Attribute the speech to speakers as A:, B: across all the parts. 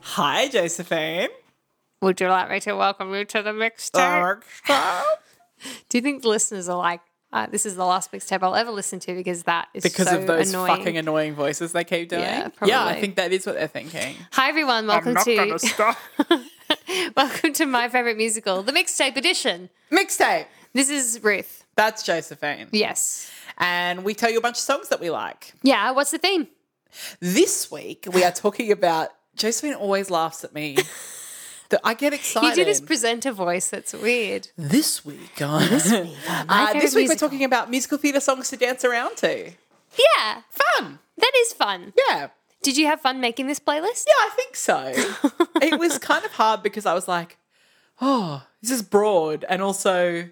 A: Hi, Josephine.
B: Would you like me to welcome you to the
A: Uh,
B: mixtape? Do you think the listeners are like, uh, this is the last mixtape I'll ever listen to because that is
A: because
B: so
A: of those
B: annoying.
A: fucking annoying voices they keep doing.
B: Yeah,
A: I
B: probably.
A: think that is what they're thinking.
B: Hi everyone, welcome to
A: stop.
B: welcome to my favorite musical, the mixtape edition.
A: Mixtape.
B: This is Ruth.
A: That's Josephine.
B: Yes.
A: And we tell you a bunch of songs that we like.
B: Yeah. What's the theme?
A: This week we are talking about Josephine always laughs at me. That I get
B: You
A: excited.
B: do this presenter voice. That's weird.
A: this week on this week,
B: My Favorite
A: uh, this week
B: Musical.
A: we're talking about musical theatre songs to dance around to.
B: Yeah,
A: Fun.
B: that is fun.
A: Yeah.
B: Did you have fun making this playlist?
A: Yeah, I think so. it was kind of hard because I was like, oh, this is broad. And also,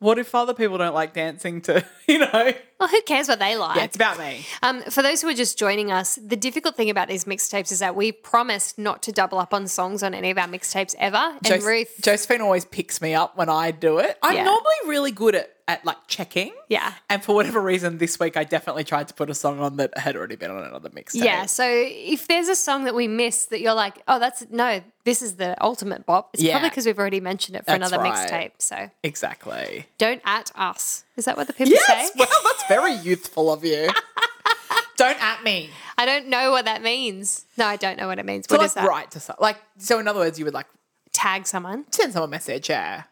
A: what if other people don't like dancing to, you know?
B: Well, who cares what they like?
A: Yeah, it's about me.
B: Um, for those who are just joining us, the difficult thing about these mixtapes is that we promised not to double up on songs on any of our mixtapes ever. And
A: Jos-
B: Ruth,
A: Josephine always picks me up when I do it. I'm
B: Yeah.
A: normally really good at, at like checking.
B: Yeah.
A: And for whatever reason, this week I definitely tried to put a song on that had already been on another mixtape.
B: yeah. So if there's a song that we miss that you're like, oh, that's no, this is the ultimate bop. It's
A: Yeah.
B: probably because we've already mentioned it for
A: That's
B: another
A: right.
B: mixtape. So
A: Exactly.
B: don't at us. Is that what the people
A: Yes.
B: say?
A: Well, that's very youthful of you. don't at me.
B: I don't know what that means. No, I don't know what it means.
A: So
B: What is
A: like
B: that?
A: write to some, like so in other words, you would like
B: Tag someone.
A: send someone a message, yeah.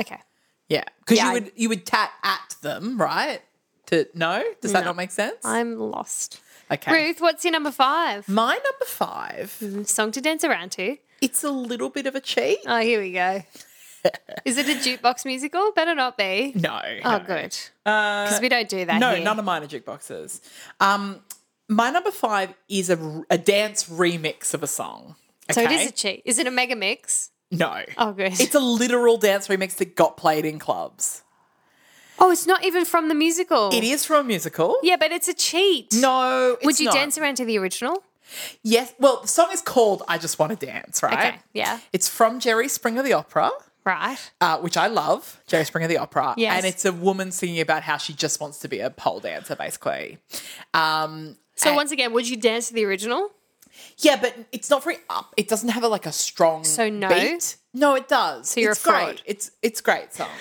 B: Okay.
A: Yeah, because
B: Yeah,
A: you
B: I-
A: would you would tat at them, right? To no, does that not make sense?
B: I'm lost.
A: okay,
B: Ruth, what's your number five?
A: my number five.
B: Song to dance around to.
A: It's a little bit of a cheat.
B: Oh, here we go. Is it a jukebox musical? Better not be.
A: No.
B: Oh,
A: no.
B: good.
A: Uh,
B: Because we don't do that.
A: no,
B: here.
A: none of mine are jukeboxes. Um, my number five is a, r- a dance remix of a song.
B: So
A: Okay?
B: it is a cheat. Is it a mega mix?
A: no.
B: Oh, good.
A: It's a literal dance remix that got played in clubs.
B: oh, it's not even from the musical.
A: It is from a musical.
B: Yeah, but it's a cheat.
A: No,
B: Would
A: it's
B: you
A: not.
B: dance around to the original?
A: Yes. Well, the song is called "I Just Want to Dance," right?
B: Okay. Yeah.
A: It's from Jerry Springer the Opera.
B: Right.
A: uh, which I love, Jerry Springer the Opera.
B: Yes.
A: And it's a woman singing about how she just wants to be a pole dancer, basically. Um,
B: So once again, would you dance to the original?
A: yeah, but it's not very up. It doesn't have a, like a strong
B: So no?
A: beat. No, it does.
B: So you're
A: it's
B: a fraud.
A: Great. It's it's great song.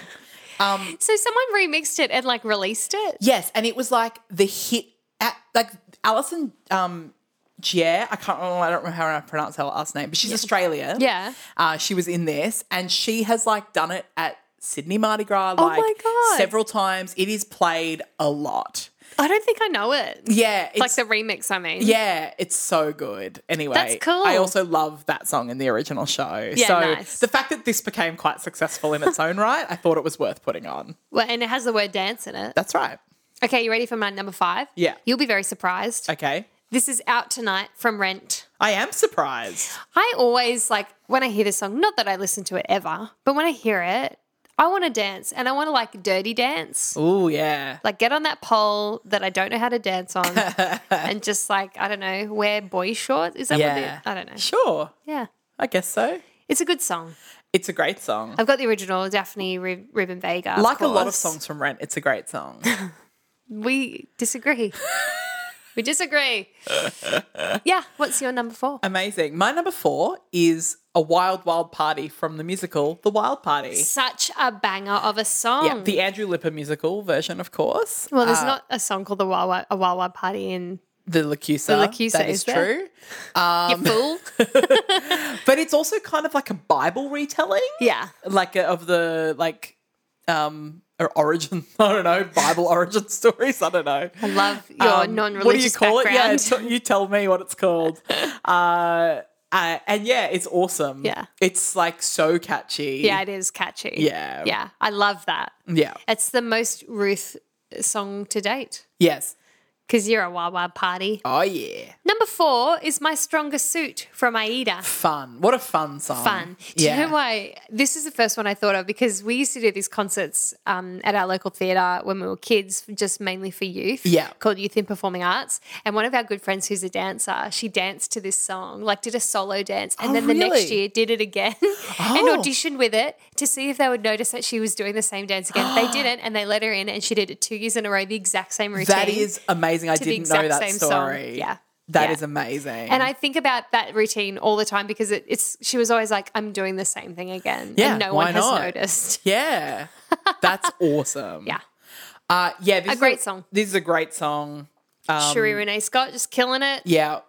B: So someone remixed it and like released it.
A: Yes, and it was like the hit at like Alison um Gier, I can't remember, I don't remember how I pronounce her last name, but she's Australian.
B: Yeah.
A: Uh, she was in this and she has like done it at Sydney Mardi Gras
B: Oh
A: like
B: my God.
A: several times. It is played a lot.
B: I don't think I know it.
A: Yeah, it's,
B: Like the remix, I mean.
A: yeah, it's so good. Anyway,
B: That's cool.
A: I also love that song in the original show.
B: Yeah,
A: so
B: nice.
A: the fact that this became quite successful in its own right, I thought it was worth putting on.
B: Well, and it has the word dance in it.
A: That's right.
B: Okay, you ready for my number five?
A: Yeah.
B: You'll be very surprised.
A: Okay,
B: This is Out Tonight from Rent.
A: I am surprised.
B: I always like when I hear this song, not that I listen to it ever, but when I hear it, I want to dance and I want to like dirty dance.
A: Oh yeah,
B: Like get on that pole that I don't know how to dance on and just like, I don't know, wear boy shorts. Is that
A: yeah.
B: what it, I don't know.
A: Sure,
B: Yeah.
A: I guess so.
B: It's a good song.
A: It's a great song.
B: I've got the original Daphne Rib- Ribbon Vega. of
A: like a lot of
B: course.
A: songs from Rent, it's a great song.
B: We disagree. we disagree. yeah. What's your number four?
A: Um, Amazing. My number four is a wild, wild party from the musical The Wild Party.
B: Such a banger of a song.
A: Yeah, the uh, Andrew Lipper musical version, of course.
B: well, there's not a song called the Wawa, a Wawa Party in
A: The Lacusa.
B: The Lacusa,
A: That
B: is
A: is
B: there?
A: true.
B: You Fool.
A: But it's also kind of like a Bible retelling,
B: yeah.
A: like a, of the like um or origin. I don't know Bible origin stories. I don't know.
B: I love your
A: Um,
B: non-religious
A: What do you call
B: background.
A: it? Yeah, t- you tell me what it's called. uh, uh, and yeah, it's awesome.
B: Yeah.
A: it's like so catchy.
B: Yeah, it is catchy.
A: Yeah.
B: Yeah. I love that.
A: yeah,
B: It's the most Ruth song to date
A: yes.
B: because you're a Wawa Party.
A: Oh yeah,
B: Number four is My Strongest Suit from Aida.
A: fun. What a fun song.
B: fun. Do
A: yeah.
B: you know why? This is the first one I thought of because we used to do these concerts um, at our local theatre when we were kids, just mainly for youth.
A: Yeah.
B: Called Youth in Performing Arts. And one of our good friends who's a dancer, she danced to this song, like did a solo dance. And
A: Oh,
B: then the next
A: really?
B: year did it again
A: Oh.
B: and auditioned with it to see if they would notice that she was doing the same dance again. they didn't. And they let her in and she did it two years in a row, the exact same routine.
A: That is amazing. I
B: to the
A: didn't know
B: exact
A: that
B: same
A: story.
B: song. Yeah.
A: That is
B: Yeah.
A: amazing.
B: And I think about that routine all the time because it, it's she was always like, I'm doing the same thing again.
A: Yeah,
B: and no
A: why
B: one has
A: not?
B: noticed.
A: yeah, that's awesome.
B: Yeah.
A: Uh, yeah, this
B: A
A: is
B: great song.
A: This is a great song.
B: Cherie Renee Scott just killing it.
A: Yeah.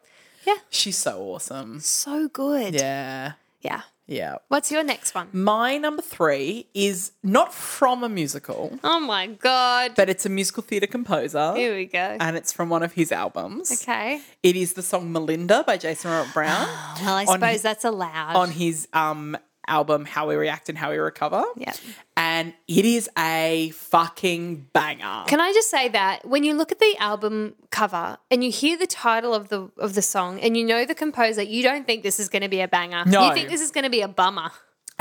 B: Yeah.
A: She's so awesome.
B: So good.
A: Yeah.
B: Yeah.
A: Yeah.
B: What's your next one?
A: My number three is not from a musical,
B: Oh my God.
A: but it's a musical theatre composer.
B: Here we go.
A: And it's from one of his albums.
B: Okay.
A: It is the song Melinda by Jason Robert Brown
B: Well, I suppose that's allowed.
A: on his um, album How We React and How We Recover.
B: Yeah.
A: And it is a fucking banger.
B: Can I just say that when you look at the album cover and you hear the title of the of the song and you know the composer, you don't think this is going to be a banger.
A: No.
B: You think this is going to be a bummer.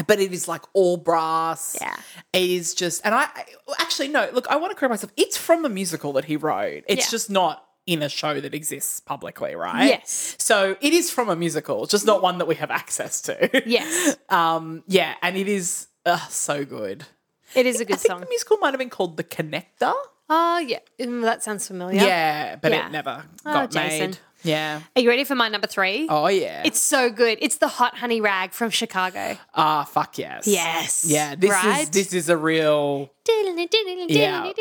A: but it is like all brass.
B: Yeah.
A: It is just, and I I- actually, no, look, I want to correct myself. It's from a musical that he wrote. It's
B: Yeah.
A: just not in a show that exists publicly, right?
B: Yes.
A: So it is from a musical, just not one that we have access to.
B: Yes.
A: Um, yeah, and it is uh, so good.
B: It is a
A: I
B: good
A: think
B: song.
A: the musical might have been called The Connector.
B: Oh, yeah. Mm, That sounds familiar.
A: Yeah, but
B: Yeah. Oh,
A: it never got
B: Jason.
A: made. Yeah.
B: Are you ready for my number three?
A: Oh, yeah.
B: It's so good. It's the Hot Honey Rag from Chicago.
A: ah, fuck yes.
B: Yes.
A: Yeah, this
B: Right?
A: is this is a real Yeah.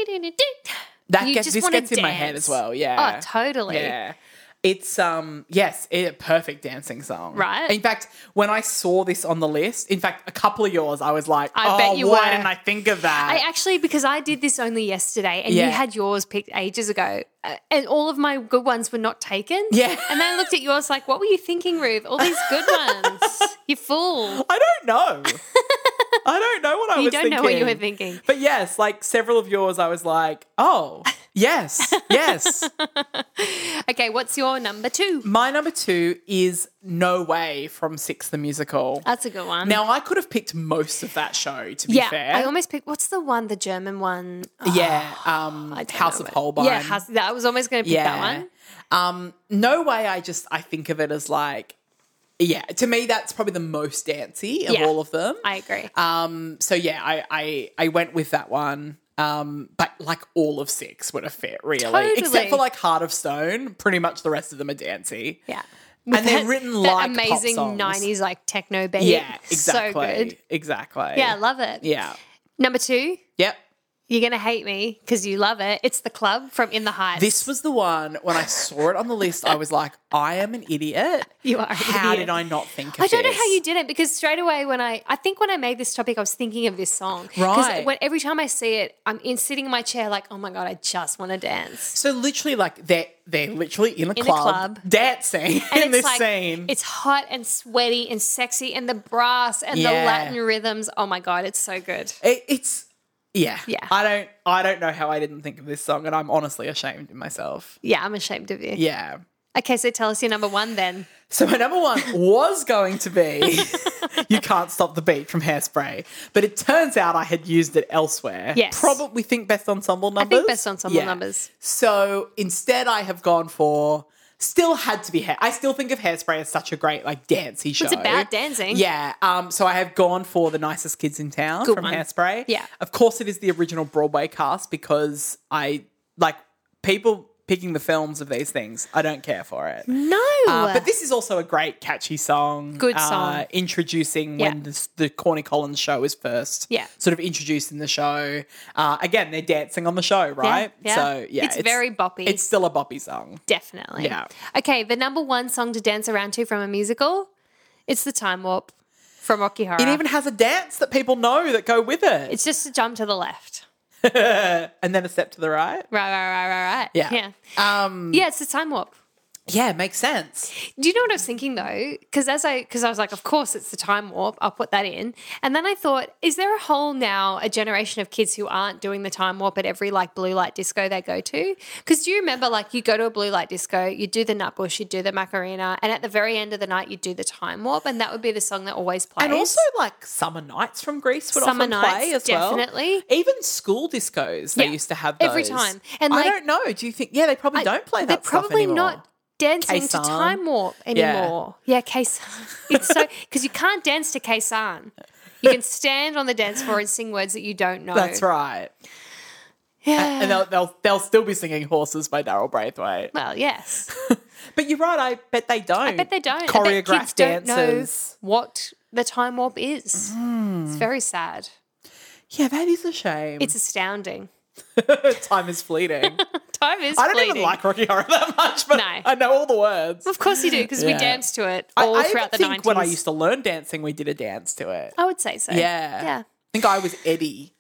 A: that
B: You
A: gets
B: just
A: this
B: wanna
A: gets in my head
B: dance.
A: as well. Yeah.
B: Oh, totally.
A: Yeah. It's um yes, a perfect dancing song.
B: Right?
A: In fact, when I saw this on the list, in fact, a couple of yours, I was like,
B: I
A: oh,
B: bet you
A: why
B: were."
A: didn't I think of
B: I
A: that?
B: actually, because I did this only yesterday and
A: Yeah.
B: you had yours picked ages ago, uh, and all of my good ones were not taken.
A: Yeah.
B: And then I looked at yours like, what were you thinking, Ruth? All these good ones. you fool.
A: I, don't know. I don't know what I
B: You
A: was
B: don't
A: thinking.
B: know what you were thinking.
A: But yes, like several of yours, I was like, oh, yes, yes.
B: Okay, what's your number two?
A: My number two is No Way from Six the Musical.
B: That's a good one.
A: Now, I could have picked most of that show, to be
B: yeah,
A: fair.
B: I almost picked, what's the one, the German one? Oh,
A: yeah, um,
B: I don't
A: House
B: know
A: of
B: it.
A: Holbein.
B: Yeah, House, that, I was almost going to pick that one.
A: Um, no way. I just I think of it as like, yeah. To me, that's probably the most dancey of
B: Yeah.
A: all of them.
B: I agree.
A: um, so yeah, I, I I went with that one. Um, but like all of six would have fit really,
B: Totally.
A: except for like Heart of Stone. Pretty much the rest of them are dancey.
B: yeah.
A: and they're written
B: that
A: like pop
B: amazing
A: songs.
B: 90s like techno beat.
A: Yeah, exactly.
B: So good.
A: Exactly.
B: Yeah, I love it.
A: Yeah.
B: Number two,
A: Yep.
B: You're gonna hate me because you love it. It's the club from In the Heights.
A: This was the one when I saw it on the list. I was like, I am an idiot.
B: you are. an
A: How
B: idiot.
A: did I not think of
B: I don't know how
A: this?
B: you did it because straight away when I, I think when I made this topic, I was thinking of this song. 'Cause
A: Right.
B: When, every time I see it, I'm in sitting in my chair like, oh my god, I just want to dance.
A: So literally, like they're they're literally in a,
B: a
A: club,
B: club.
A: dancing
B: And
A: in this
B: like,
A: scene.
B: it's hot and sweaty and sexy, and the brass and the
A: Yeah.
B: Latin rhythms. Oh my god, it's so good.
A: It- it's yeah,
B: Yeah.
A: I don't I don't know how I didn't think of this song, and I'm honestly ashamed of myself.
B: Yeah, I'm ashamed of you.
A: Yeah.
B: Okay, so tell us your number one then.
A: So my number one was going to be "You Can't Stop the Beat" from Hairspray, but it turns out I had used it elsewhere.
B: Yes.
A: Probably think best ensemble
B: think
A: numbers.
B: Best Ensemble numbers.
A: So instead, I have gone for. Still had to be hair. I still think of Hairspray as such a great like dancey show.
B: It's about dancing.
A: Yeah. Um, so I have gone for the nicest kids in town
B: Good
A: from
B: one.
A: Hairspray.
B: Yeah.
A: Of course, it is the original Broadway cast because I like people picking the films of these things. I don't care for it.
B: No,
A: Uh, but this is also a great catchy song.
B: Good
A: uh,
B: song.
A: introducing
B: Yeah.
A: when the, the Corny Collins show is first.
B: Yeah.
A: Sort of introducing the show. Uh, again, they're dancing on the show, right?
B: yeah.
A: So yeah,
B: It's very boppy.
A: It's still a boppy song.
B: Definitely.
A: Yeah.
B: Okay, the number one song to dance around to from a musical, it's the Time Warp from Rocky Horror.
A: It even has a dance that people know that go with it,
B: Uh, it's just a jump to the left.
A: and then a step to the right.
B: Right, right, right, right, right.
A: Yeah.
B: Yeah. Um, yeah, it's the Time Warp.
A: Yeah, makes sense.
B: Do you know what I was thinking though? Because as I, because I was like, of course it's the Time Warp. I'll put that in. And then I thought, is there a whole now a generation of kids who aren't doing the Time Warp at every like blue light disco they go to? Because do you remember like you go to a blue light disco, you do the Nutbush, you do the Macarena, and at the very end of the night you do the Time Warp, and that would be the song that always plays.
A: And also, like summer nights from Greece would
B: Summer
A: often play
B: Nights,
A: as well.
B: definitely.
A: Even school discos, they
B: Yeah.
A: used to have those.
B: Every time. And,
A: I
B: like-
A: don't know. Do you think? Yeah, they probably don't play
B: They're
A: that. stuff
B: probably
A: anymore.
B: not dancing to
A: Kaysan.
B: Time Warp
A: Yeah.
B: anymore. Yeah, Kaysan. It's so because you can't dance to Kaysan. You can stand on the dance floor and sing words that you don't know.
A: That's right.
B: Yeah.
A: And they'll, they'll they'll still be singing "Horses" by Daryl Braithwaite.
B: well, yes.
A: But you're right. I bet they don't.
B: I bet they don't. I bet kids
A: Choreographed
B: don't
A: dances. Mm.
B: know what the time warp is. It's very sad.
A: Yeah, that is a shame.
B: It's astounding.
A: Time is fleeting.
B: Time is.
A: I don't
B: fleeting.
A: even like Rocky Horror that much, but
B: No.
A: I know all the words.
B: Of course you do, because we
A: Yeah.
B: danced to it
A: I,
B: all
A: I
B: throughout
A: even
B: the
A: think
B: nineties.
A: when I used to learn dancing, we did a dance to it.
B: I would say so.
A: Yeah.
B: Yeah.
A: I think I was Eddie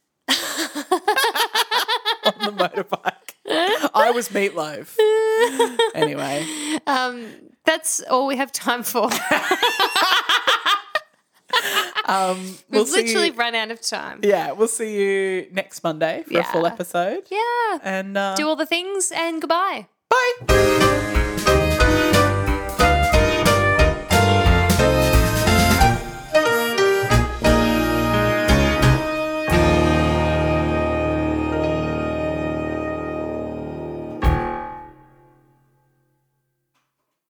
A: on the motorbike. I was Meatloaf. anyway,
B: Um, that's all we have time for.
A: um, we'll
B: We've
A: see
B: literally
A: You,
B: run out of time.
A: yeah, we'll see you next Monday for a full
B: Yeah.
A: episode.
B: Yeah.
A: And uh,
B: Do all the things and goodbye.
A: bye.